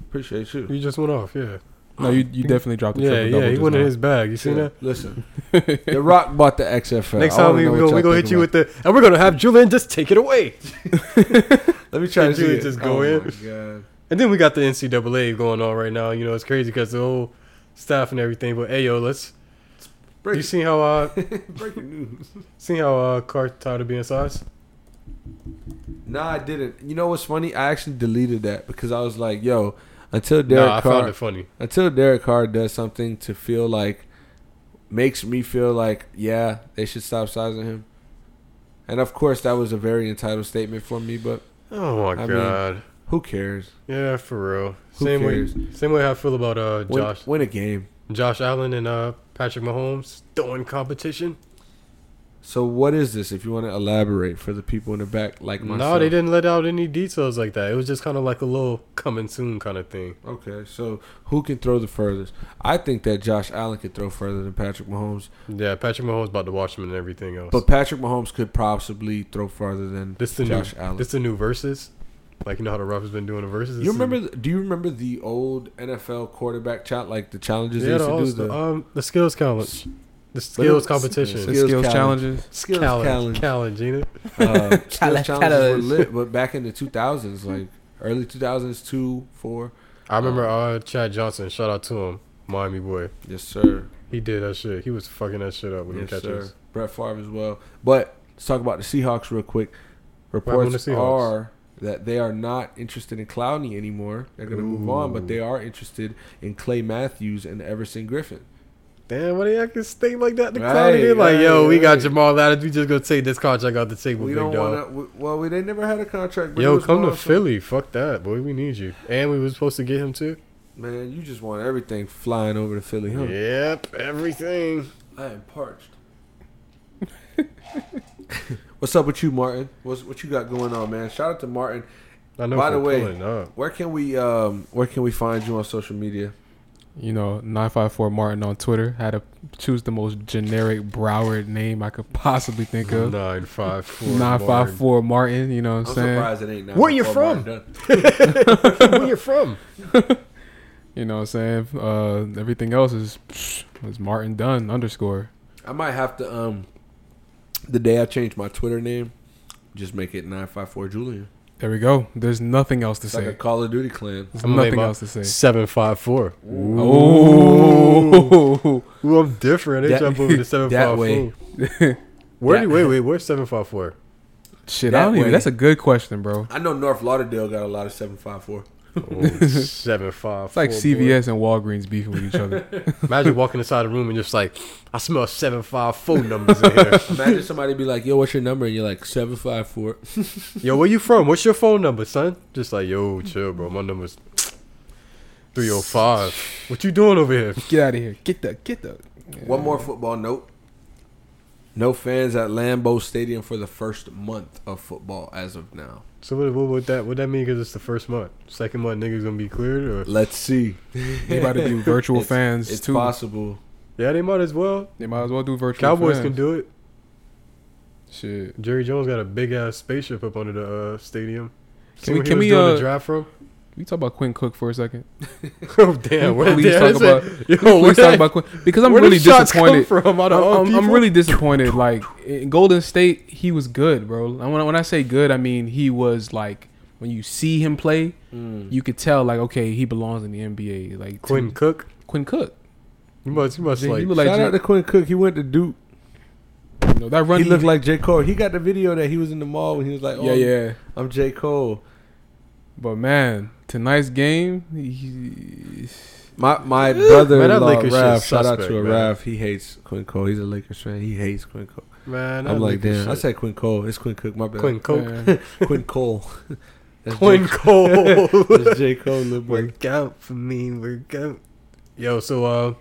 appreciate you.
You just went off, yeah.
No, you, you definitely dropped the
Yeah,
triple double.
yeah. He
just
went in
now.
his bag. You seen that?
Listen, The Rock bought the XFL.
Next
I wanna
time we
know
we
what
gonna, we
y'all
gonna
think
hit you
about
with the, and we're gonna have Julian just take it away.
Let me try to
Can't
see
do it,
it.
just go
oh
in.
My God.
And then we got the NCAA going on right now. You know, it's crazy because the whole staff and everything. But hey, yo, let's.
Break
You
it.
seen how uh,
Breaking news.
seen how uh, Cart tired of being size?
Nah, I didn't. You know what's funny? I actually deleted that because I was like, yo, until Derek
Nah, I
Carr
found it funny.
until Derek Carr does something to feel like makes me feel like, yeah, they should stop sizing him. And of course that was a very entitled statement for me, but
Oh my
I mean,
god.
who cares?
yeah, for real.
Who
Same
cares?
way. Same way I feel about uh
Win,
Josh
win a game.
Josh Allen and uh Patrick Mahomes throwing competition.
So what is this if you want to elaborate for the people in the back like myself?
No, they didn't let out any details like that. It was just kind of like a little coming soon kind of thing.
Okay, so who can throw the furthest? I think that Josh Allen could throw further than Patrick Mahomes,
Yeah, Patrick Mahomes about to watch him and everything else.
but Patrick Mahomes could possibly throw farther than
this the
Josh
new
Allen.
this the new verses. Like you know how the rough has been doing the verses.
You remember? th- Do you remember the old NFL quarterback chat, like the challenges they
yeah, the,
used to
also,
do? The
um the skills challenge, the skills
it-
competition,
yeah,
The
skills
skills,
challenge.
Oh,
challenges.
skills challenge,
challenge, challenge, you know?
uh, skills
Challenge,
challenges were
challenge.
lit, but back in the two thousands, like early two thousands, two, four.
I remember uh Chad Johnson. Shout out to him, Miami boy.
Yes, sir.
He did that shit. He was fucking that shit up with the
Yes,
catches.
sir. Brett Favre as well. But let's talk about the Seahawks real quick.
happened with
Reports
the Seahawks?
are that they are not interested in Clowney anymore. They're going to move on, but they are interested in Clay Matthews and Everson Griffin.
Damn, why they acting stink like that? The
Right,
clown, they like,
right,
yo, we got
right.
Jamal Adams. We just gonna take this contract out the table,
We
big
don't
dog.
want to. Well, we, they never had a contract. but it
Yo,
was
come to
gone, so-
Philly. Fuck that, boy. We need you. And we was supposed to get him too.
Man, you just want everything flying over to Philly, huh?
Yep, everything.
I am parched. What's up with you, Martin? What's what you got going on, man? Shout out to Martin.
I know.
By
for
the way-
pulling up.
Where can we um where can we find you on social media?
You know, nine five four Martin on Twitter had to choose the most generic Broward name I could possibly think of.
nine five four.
Nine five
Martin.
four Martin. You know
I'm
what I'm saying?
surprised it ain't now.
Where you
before
from?
Martin done.
Where you from?
You know what I'm saying? Uh, everything else is is Martin Dunn underscore.
I might have to um the day I change my Twitter name, just make it nine five four Julian.
There we go. There's nothing else to
It's like a
say.
Call of Duty clan.
There's
I'm gonna name
nothing
my-
else to say.
Seven five four. Ooh,
Oh,
I'm different. They
That-
jump over to seven
that
five
way.
four. Where do wait wait where's seven five four?
shit!
That
I don't even.
way.
That's a good question, bro.
I know North Lauderdale got a lot of seven five four.
Oh, Seven five.
It's like CVS and Walgreens beefing with each other.
Imagine walking inside the room and just like, I smell seven five four numbers in here.
Imagine somebody be like, "Yo, what's your number?" and you're like seven five four.
Yo, where you from? What's your phone number, son? Just like, yo, chill, bro. My number's three oh five. What you doing over here?
get out of here. Get the get the.
One more football note. No fans at Lambeau Stadium for the first month of football as of now.
So what, what would that what that mean? Because it's the first month. Second month, niggas gonna be cleared or
Let's see.
They about to do virtual
It's-
fans
It's
too.
possible.
yeah, they might as well.
They might as well do virtual.
Cowboys
fans.
can do it.
shit.
Jerry Jones got a big ass spaceship up under the uh, stadium. See
we-
where he
can
was
we,
doing
uh,
the draft from?
Can we talk about Quinn Cook for a second?
oh damn! Where
please
damn,
talk
I said-
about-
yo, where
Please talk
that-
about Quinn because I'm
where the
really
shots come
disappointed.
from out
I'm,
of all
I'm- I'm
people?
really disappointed. Like in Golden State, he was good, bro. And When I, when I say good, I mean he was like when you see him play,
Mm.
you could tell like okay, he belongs in the NBA. Like
Quinn
to-
Cook.
Quinn Cook.
You must, you must
Dude,
like,
you look like
Shout
J-
out to Quinn Cook. He went to Duke.
you know, that run
He
um,
looked like J Cole. He got the video that he was in the mall when he was like, "Oh,
yeah, yeah.
I'm J Cole."
But man, tonight's game, he,
My my brother in
that
law
Lakers shit's
Rav, shout out
suspect,
to a
man.
Rav. He hates Quinn Cole. He's a Lakers fan. He hates Quinn Cole.
Man,
I'm
that
like,
Lakers
damn. I
shit.
said Quinn Cole. It's Quinn Cook. My bad.
Quinn
Quinn,
Coke.
man, Oh,
Cole. That's
Quinn
J.
Cole.
That's J Cole. Little boy.
Work out for me, work out. Yo, so uh,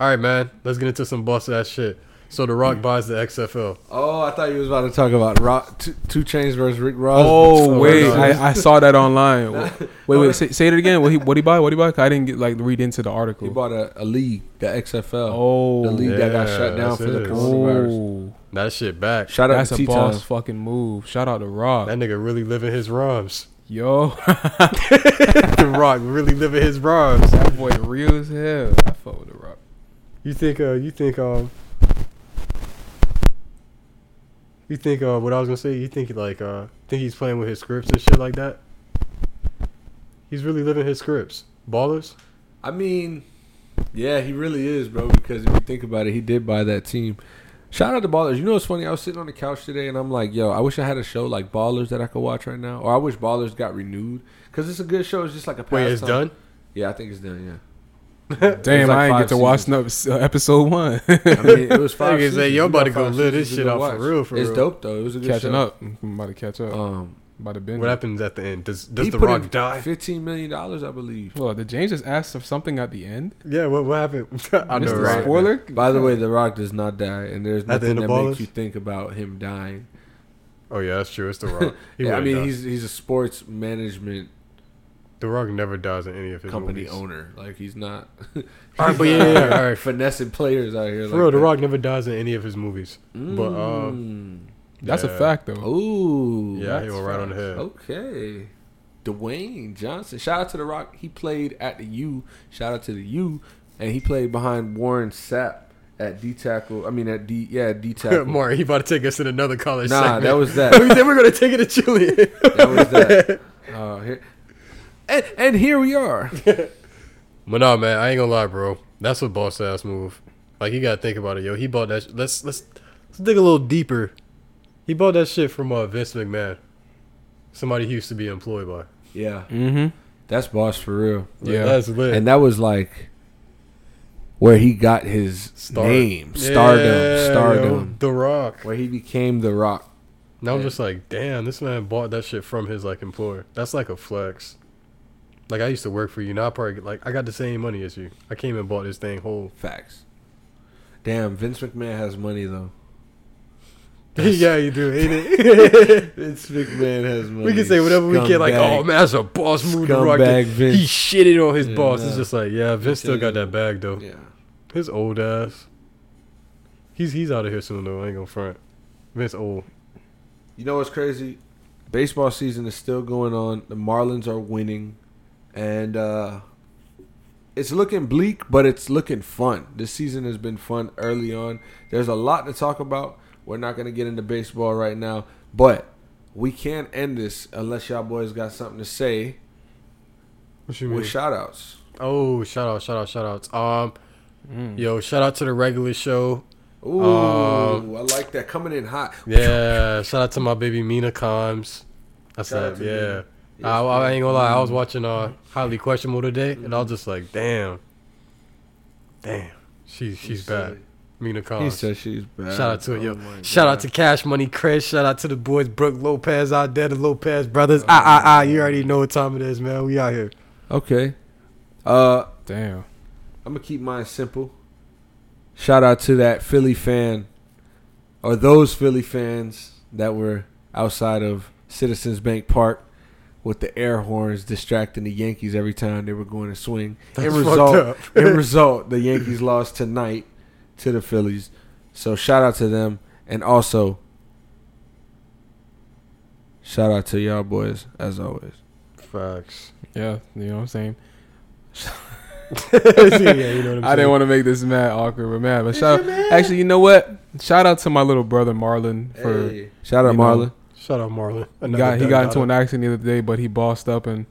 all right, man. Let's get into some bust ass shit. So The Rock buys the XFL.
Oh, I thought you was about to talk about Rock, two, two Chains versus Rick Ross.
oh wait,
no.
I, I saw that online. wait, wait,
no.
say, say it again. What he what he buy? What he buy? 'Cause I didn't get like read into the
he
article.
bought a, a league, the XFL,
Oh,
the league that got
yeah,
shut down
that's
for the
it.
coronavirus.
Oh,
That shit back.
Shout out
that's
to
a
T
boss
Time.
fucking move. Shout out to Rock.
That nigga really living his rhymes.
Yo,
the Rock really living his rhymes.
that boy real as hell. I fuck with the Rock.
You think? Uh, you think? Um, you think? Uh, what I was gonna say? You think like? Uh, think he's playing with his scripts and shit like that? He's really living his scripts. Ballers.
I mean, yeah, he really is, bro. Because if you think about it, he did buy that team. Shout out to Ballers. You know what's funny? I was sitting on the couch today and I'm like, yo, I wish I had a show like Ballers that I could watch right now. Or I wish Ballers got renewed. Because it's a good show. It's just like a
Wait, it's
pastime.
done.
Yeah, I think it's done, yeah.
Damn,
like
I ain't
five
get to watch no, uh, episode one.
I mean, it was five
Nigga say,
seasons.
yo,
You
about
got
to go
five
live this
seasons to
shit
go
out for
watch.
real, for
it's
real.
dope, though. It was a good
Catching
show.
up. I'm about to catch up.
Um,
about to binge.
What happens at the end? Does Does
he
The
put in
Rock die?
$15 million, I believe.
Well, did James just ask for something at the end?
Yeah. What What happened? I
Missed
know,
the
Rock,
right?
Spoiler?
By the way, The Rock does not die, and there's
At the
nothing
end
that
of
makes
Ballers?
you think about him dying.
Oh yeah, that's true. It's The Rock. He
Yeah, I
wouldn't
mean,
die.
he's he's a sports management
The Rock never dies in any of his
company
movies.
owner. Like he's not.
All right, but
he's
yeah,
not
yeah, yeah. All right.
finessing players out here.
For
like
real, The
that.
Rock never dies in any of his movies. but, uh,
Mm.
That's
Yeah.
a fact,
Oh.
though.
ooh,
uh, Yeah, he
that's
went right on the
facts. Oh,
head.
Okay, Dwayne Johnson. Shout out to The Rock. He played at the U. Shout out to the U, and he played behind Warren Sapp at D tackle. I mean at D. Yeah, D tackle.
Mark, he about to take us in another college.
Nah,
segment.
that was that.
we said we're gonna take it to Chile.
That was that. Uh, here, and, and here we are.
but nah, man, I ain't gonna lie, bro. That's a boss ass move. Like you gotta think about it, yo. He bought that. Sh- let's let's let's dig a little deeper. He bought that shit from uh, Vince McMahon, somebody he used to be employed by.
Yeah,
Mm-hmm.
that's boss for real.
Yeah.
that's lit.
and that was like where he got his
Star-
name,
Yeah,
stardom,
yo,
stardom,
The Rock.
where he became the Rock.
Now I'm
Yeah.
just like, damn, this man bought that shit from his like employer. That's like a flex. Like I used to work for you. Now I probably get- like I got the same money as you. I came and bought this thing whole.
Facts. Damn, Vince McMahon has money though.
yeah, you do, ain't it?
Vince McMahon has money.
we can say whatever we can. Like,
Scumbag.
oh man, that's a boss move. The Rock
Scumbag
did.
Vince.
He shitted on his
Yeah,
boss.
nah.
It's just like, yeah, Vince still
shitted
got that bag though.
Yeah.
His old ass. He's he's out of here soon though. I ain't gonna front. Vince old.
You know what's crazy? Baseball season is still going on. The Marlins are winning, and uh, it's looking bleak, but it's looking fun. This season has been fun early on. There's a lot to talk about. We're not going to get into baseball right now, but we can end this unless y'all boys got something to say
What you
with shout outs.
Oh, shout out, shout out, shout outs. Um,
Mm.
yo, shout out to the regular show.
Ooh,
Um,
I like that. Coming in hot.
uh, Yeah, shout out to my baby Mina Combs. That's
Shout out to
that. Yeah,
Mina.
I, I ain't gonna lie. I was watching uh highly questionable today, and I was just like, damn, damn, she she's bad. Mina
He
Combs.
said she's bad.
Shout out to it, yo.
Oh my
Shout out
God.
to Cash Money Chris. Shout out to the boys Brooke Lopez out there, the Lopez brothers. Ah ah ah. You already know what time it is, man. We out here.
Okay. Uh,
Damn.
I'm gonna keep mine simple. Shout out to that Philly fan, or those Philly fans that were outside of Citizens Bank Park with the air horns distracting the Yankees every time they were going to swing.
That's
in
fucked
result,
up.
in result, the Yankees lost tonight to the Phillies. So shout out to them, and also shout out to y'all boys as always.
Facts.
Yeah, you know what I'm saying?
yeah, you know what I'm saying.
I didn't want to make this mad awkward, but man, but shout Actually, you know what? Shout out to my little brother Marlon for
Shout out
You know,
Marlon.
Shout out Marlon.
he got he got into an accident the other day, but he bossed up and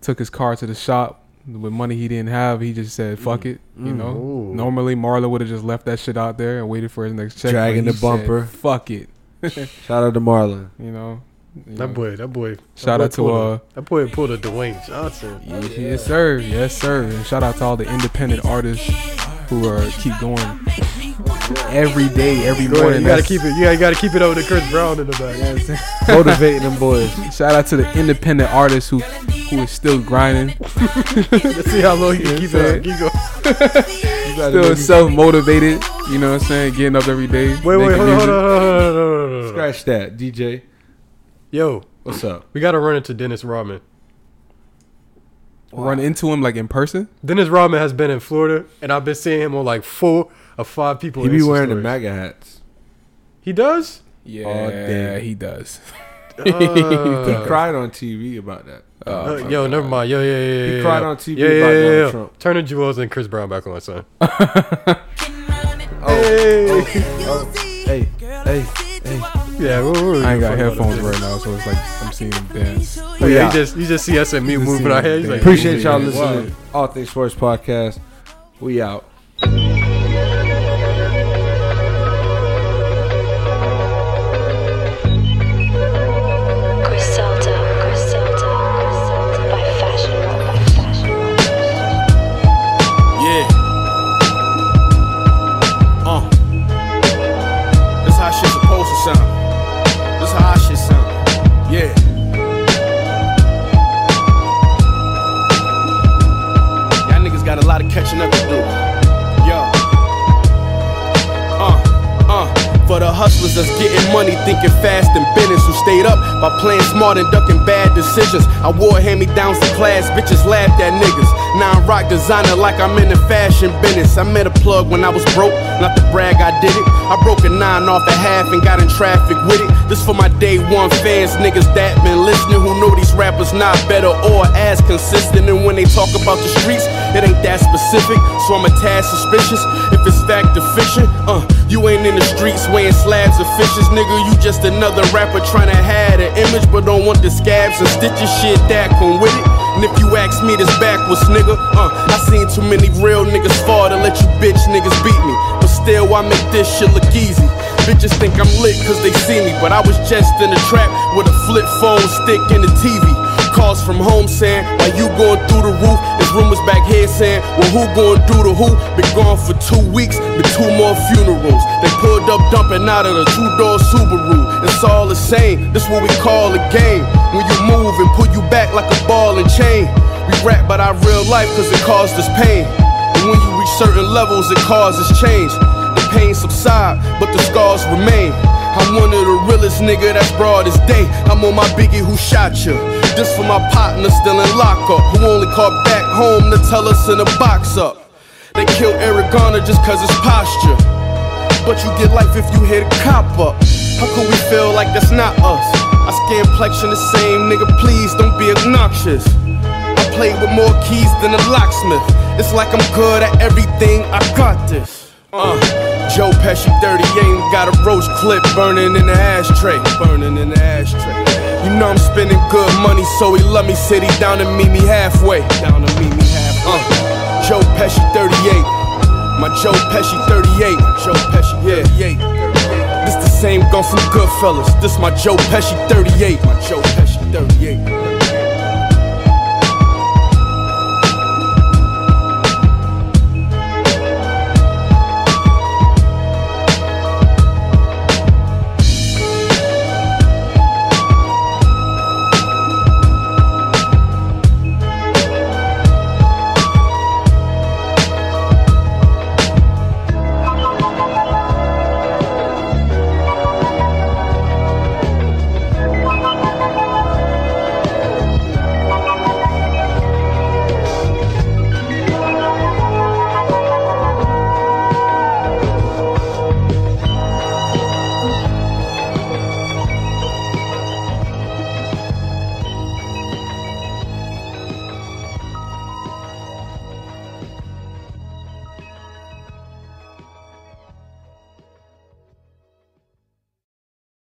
took his car to the shop with money he didn't have. He just said, "Fuck it," you
Mm.
know.
Ooh.
Normally, Marlon would have just left that shit out there and waited for his next check. but
Dragging
he
the
said,
bumper.
Fuck it,
Shout out to Marlon.
you know. You know,
That boy, that boy. that
Shout
boy
out to,
pulled a-
uh,
that boy pulled a Dwayne Johnson.
Yes, sir. Yes, sir. And shout out to all the independent artists who are keep going every day, every
Go ahead, you gotta
morning. That's-
keep it. Yeah, you gotta keep it over to Chris Brown in the back.
you know what I'm saying?
Motivating them boys.
Shout out to the independent artists who who is still grinding,
Let's see how long you can keep it. up. Keep going.
You gotta
still
make-
self motivated. You know what I'm saying? Getting up every day.
Wait, wait,
making
hold on,
music.
hold on, hold on, hold on, hold on, hold on.
Scratch that, DJ.
Yo,
What's up?
we gotta run into Dennis Rodman.
Run into him like in person.
Dennis Rodman has been in Florida, and I've been seeing him on like four or five people.
He be
Insta
wearing the
stories.
MAGA hats.
He does.
All day.
he does.
He
Uh,
cried on TV about that.
Uh,
my
yo, never mind. Yo, yeah, yeah, yeah.
He
yeah,
cried
yeah.
on TV
yeah,
about
yeah,
Donald
yeah.
Trump.
Turn the jewels and Chris Brown back on, son.
Oh, hey, hey,
Yeah, we're, we're
I ain't got
fucking about
headphones
this.
right now, so it's like I'm seeing him dance.
Oh,
We
yeah,
out.
you just you just see E us and me
Just
moving
see
our
him
heads. Like,
dance.
Appreciate y'all
wow.
listening. All Things Sports Podcast. We out.
Griselda, Griselda, Griselda by Fashion Row, by Fashion Row.
Yeah. Uh. This how shit supposed to sound. This how our shit sound. Yeah. Y'all niggas got a lot of catching up to do. Yo. Uh, uh. For the hustlers that's getting money, thinking fast and business, who stayed up by playing smart and ducking bad decisions. I wore hand me downs to class, bitches laughed at niggas. Now I'm rock designer like I'm in the fashion business. I met a plug when I was broke, not to brag, I did it. I broke a nine off a half and got in traffic with it. This for my day one fans, niggas that been listening who know these rappers not better or as consistent. And when they talk about the streets, it ain't that specific, so I'm a tad suspicious. If it's fact or fiction, uh, you ain't in the streets weighing slabs of fishes, nigga. You just another rapper tryna hide an image, but don't want the scabs and stitches. Shit, that come with it. And if you ask me, this backwards, nigga. Uh, I seen too many real niggas fall to let you bitch niggas beat me, but still I make this shit look easy. Bitches think I'm lit cause they see me, but I was just in a trap with a flip phone stick and a TV. Calls from home saying, why you going through the roof? There's rumors back here saying, well, who going through the who? Been gone for two weeks, been two more funerals. They pulled up dumping out of the two-door Subaru. It's all the same, this what we call a game. When you move and pull you back like a ball and chain. We rap about our real life cause it caused us pain. And when you reach certain levels, it causes change. The pain subside, but the scars remain. I'm one of the realest nigga that's broad as day. I'm on my biggie who shot ya. This for my partner still in lockup, who only called back home to tell us in a box up. They killed Eric Garner just cause his posture. But you get life if you hit a cop up. How could we feel like that's not us? I scan plexion the same, nigga. Please don't be obnoxious. I play with more keys than a locksmith. It's like I'm good at everything. I got this. Uh, Joe Pesci 38 got a roach clip burning in the ashtray. Burning in the ashtray. You know I'm spending good money, so he love me. City down to meet me halfway. Down to meet me halfway. Uh, Joe Pesci 38. My Joe Pesci 38. Joe Pesci 38. This the same gun from Goodfellas. This my Joe Pesci 38. My Joe Pesci 38.